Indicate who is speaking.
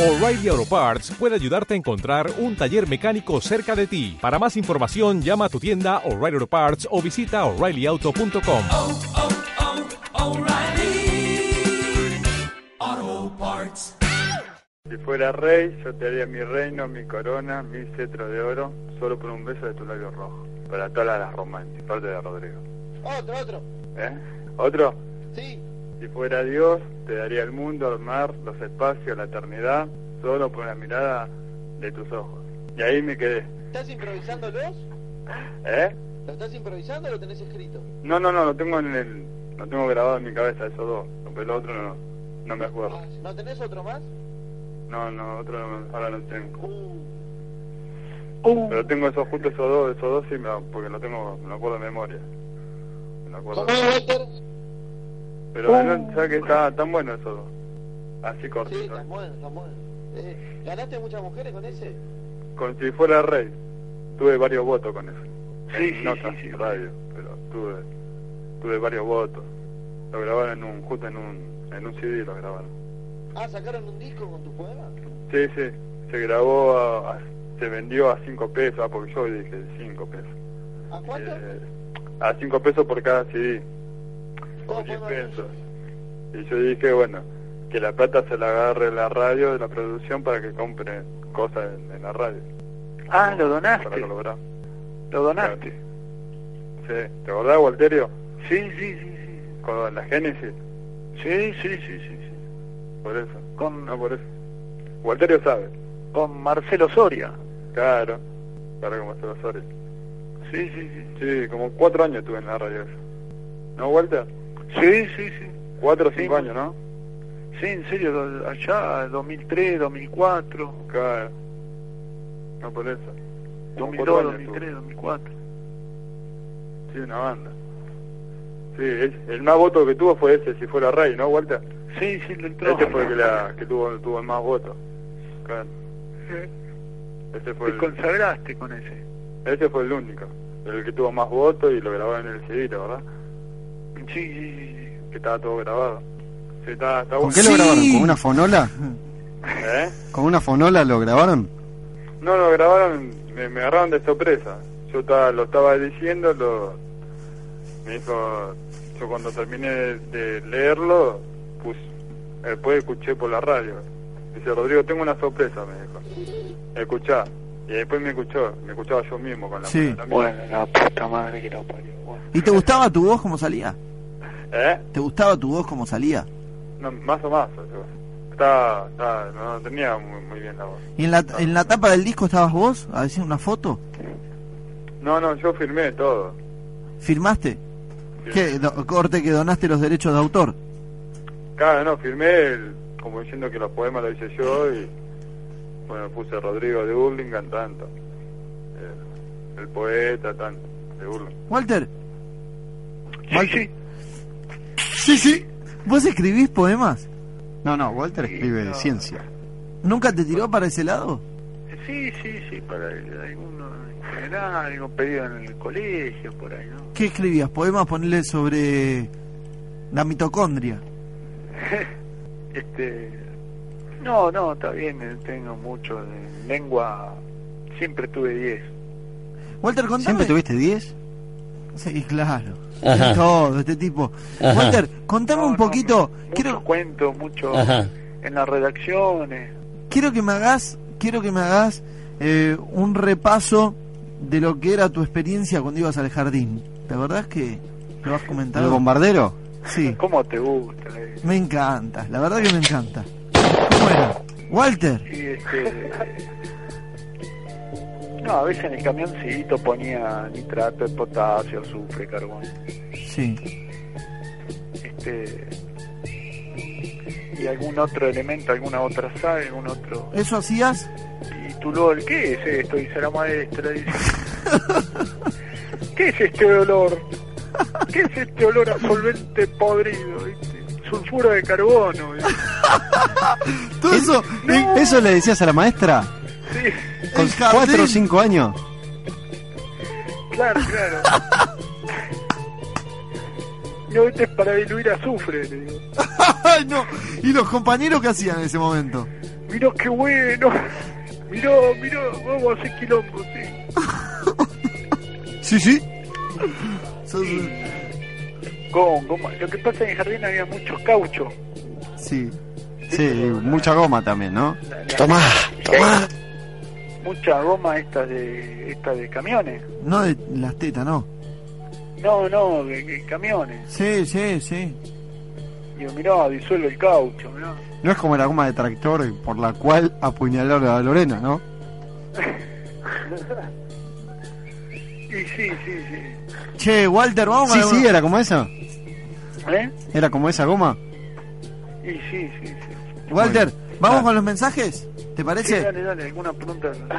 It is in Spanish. Speaker 1: O'Reilly Auto Parts puede ayudarte a encontrar un taller mecánico cerca de ti. Para más información, llama a tu tienda O'Reilly Auto Parts o visita oreillyauto.com.
Speaker 2: O'Reilly Auto Parts.
Speaker 3: Si fuera rey, yo te haría mi reino, mi corona, mi cetro de oro, solo por un beso de tu labio rojo. Para todas las románticas, parte de Rodrigo.
Speaker 4: Otro, otro.
Speaker 3: ¿Eh? ¿Otro?
Speaker 4: Sí.
Speaker 3: Si fuera Dios, te daría el mundo, el mar, los espacios, la eternidad, solo por la mirada de tus ojos. Y ahí me quedé.
Speaker 4: ¿Estás improvisándolos?
Speaker 3: ¿Eh?
Speaker 4: ¿Lo estás improvisando o lo tenés escrito?
Speaker 3: No, no, no, lo tengo en el... Lo tengo grabado en mi cabeza, esos dos. Pero el otro no, no me acuerdo.
Speaker 4: ¿No tenés otro más?
Speaker 3: No, no, otro no, ahora no tengo.
Speaker 4: Uh,
Speaker 3: Pero tengo esos justo esos dos, esos dos sí, me, porque lo tengo, me lo acuerdo de memoria. Me lo acuerdo.
Speaker 4: ¿Cómo, Walter?
Speaker 3: Pero bueno, ya que está tan bueno eso. Así
Speaker 4: Sí,
Speaker 3: cortito.
Speaker 4: estás bueno, estás bueno. Eh, ¿Ganaste muchas mujeres con ese?
Speaker 3: Con si fuera rey. Tuve varios votos con eso. Sí, no sí, radio, pero tuve tuve varios votos. Lo grabaron en un justo en un en un CD lo grabaron.
Speaker 4: Ah, ¿sacaron un disco con tu poema?
Speaker 3: Sí, sí, se grabó a, a- se vendió a 5 pesos, ah, porque yo dije 5 pesos.
Speaker 4: ¿A cuánto?
Speaker 3: Eh, a 5 pesos por cada CD.
Speaker 4: ¿Cómo
Speaker 3: Por 10
Speaker 4: podemos hacer
Speaker 3: pesos. Y yo dije, bueno, que la plata se la agarre la radio de la producción para que compre cosas en, en la radio.
Speaker 5: Ah, lo
Speaker 3: Para
Speaker 5: donaste.
Speaker 3: colaborar.
Speaker 5: Lo donaste.
Speaker 3: Sí, ¿te acordás, Walterio?
Speaker 5: Sí, sí, sí, sí.
Speaker 3: Con la Génesis,
Speaker 5: Sí, sí, sí, sí. sí.
Speaker 3: por eso.
Speaker 5: Con,
Speaker 3: No, por eso. Walterio sabe,
Speaker 5: con Marcelo Soria.
Speaker 3: claro. Claro, como se lo sorry.
Speaker 5: Sí, sí, sí.
Speaker 3: Sí, como cuatro años tuve en la radio eso. ¿No, Walter?
Speaker 5: Sí, sí, sí.
Speaker 3: Cuatro o cinco
Speaker 5: Sí.
Speaker 3: años, ¿no?
Speaker 5: Sí, en serio, lo- allá, 2003, 2004,
Speaker 3: Claro. No, por eso. Como cuatro
Speaker 5: 2002,
Speaker 3: años tuve.
Speaker 5: 2003, 2004.
Speaker 3: Sí, una banda. Sí, es- el más voto que tuvo fue ese, si fuera rey, ¿no, Walter?
Speaker 5: Sí, sí, lo entró.
Speaker 3: Ese Este fue el que, la, que tuvo, tuvo el más voto. Claro. Ese fue
Speaker 5: Te
Speaker 3: el,
Speaker 5: consagraste con ese.
Speaker 3: ese fue el único. El que tuvo más votos y lo grabó en el CD, la ¿verdad?
Speaker 5: Sí, sí, sí, sí.
Speaker 3: Que estaba todo grabado. Sí, está, está bueno.
Speaker 6: ¿Con qué lo grabaron? ¿Con una fonola?
Speaker 3: ¿Eh?
Speaker 6: ¿Con una fonola lo grabaron?
Speaker 3: No, lo grabaron, me, me agarraron de sorpresa. Yo estaba, lo estaba diciendo, lo, me dijo, yo cuando terminé de, de leerlo, pus- después escuché por la radio. Dice, Rodrigo, tengo una sorpresa, me dijo. Escuchá. Y después me escuchó, me escuchaba yo mismo con la
Speaker 7: Sí.
Speaker 3: mano también.
Speaker 5: Bueno, la puta madre que lo parió. bueno.
Speaker 7: ¿Y te gustaba tu voz como salía?
Speaker 3: ¿Eh?
Speaker 7: ¿Te gustaba tu voz como salía?
Speaker 3: No, más o más. yo- Estaba, estaba- no, no tenía muy, muy bien la voz.
Speaker 7: ¿Y en la, en la tapa del disco estabas vos? ¿A decir una foto?
Speaker 3: No, no, yo firmé todo.
Speaker 7: ¿Firmaste?
Speaker 3: Sí.
Speaker 7: ¿Qué? do- corte que donaste los derechos de autor.
Speaker 3: Claro, no, firmé el- como diciendo que los poemas los hice yo y bueno, puse Rodrigo de Burlingame tanto, el, el poeta tanto, de Burlingame.
Speaker 7: Walter,
Speaker 5: Sí, sí.
Speaker 6: Sí, sí.
Speaker 7: ¿vos escribís poemas?
Speaker 6: No, no, Walter escribe de ciencia.
Speaker 7: ¿Nunca te tiró para ese lado?
Speaker 5: Sí, sí, sí, para alguno en general, algún pedido en el colegio, por ahí, ¿no?
Speaker 7: ¿Qué escribías? Poemas ponerle sobre la mitocondria.
Speaker 5: Este, no, no, está bien, eh, tengo mucho de lengua, siempre tuve 10.
Speaker 7: Walter, contame.
Speaker 6: ¿Siempre tuviste 10?
Speaker 7: Sí, claro. Todo este tipo. Walter, contame
Speaker 5: No,
Speaker 7: un
Speaker 5: no,
Speaker 7: poquito.
Speaker 5: mucho
Speaker 7: quiero,
Speaker 5: cuento, mucho en las redacciones.
Speaker 7: quiero que me hagas, quiero que me hagas eh, un repaso de lo que era tu experiencia cuando ibas al jardín. ¿Te acordás que lo has
Speaker 6: ¿El
Speaker 7: comentado?
Speaker 6: bombardero?
Speaker 7: Sí,
Speaker 5: ¿Cómo te gusta? eh?
Speaker 7: me encanta. La verdad que me encanta. ¿Cómo era? Walter,
Speaker 5: Sí, este, no, a veces en el camioncito ponía nitrato de potasio, azufre, carbón.
Speaker 7: sí.
Speaker 5: Este, y algún otro elemento, alguna otra sal, algún otro...
Speaker 7: ¿Eso hacías?
Speaker 5: Y tú luego, ¿qué es esto? Dice la maestra. Dice, ¿Qué es este olor? ¿Qué es este olor a solvente podrido? ¿viste? Sulfuro de carbono. ¿viste?
Speaker 6: ¿Todo eso? ¿Eso le decías a la maestra?
Speaker 5: Sí,
Speaker 6: ¿Con
Speaker 7: El jardín.
Speaker 6: 4 o 5 años?
Speaker 5: claro, claro. No, este es para diluir azufre, le digo.
Speaker 7: ¡Ay, no! ¿Y los compañeros qué hacían en ese momento?
Speaker 5: miró qué bueno. Miró, miró, vamos a hacer quilombo, sí.
Speaker 7: Sí, sí. Sos-
Speaker 5: Con goma. Lo que pasa en el jardín había muchos cauchos.
Speaker 7: Sí. Sí, y mucha goma también, ¿no?
Speaker 5: Tomá, tomá. Mucha goma esta de, esta de camiones.
Speaker 7: No de las tetas, no.
Speaker 5: No, no, de, de camiones.
Speaker 7: Sí, sí, sí.
Speaker 5: Digo, mirá, disuelve el caucho, mirá.
Speaker 6: No es como la goma de tractor por la cual apuñalaron a Lorena, ¿no?
Speaker 5: Y sí, sí, sí.
Speaker 7: Che, Walter, vamos
Speaker 6: Sí,
Speaker 7: a...
Speaker 6: sí, era como esa.
Speaker 5: ¿Eh?
Speaker 6: Era como esa goma.
Speaker 5: Y sí, sí, sí.
Speaker 7: Walter, ¿vamos con los mensajes? ¿Te
Speaker 5: Sí,
Speaker 7: parece?
Speaker 5: dale, dale, alguna pregunta.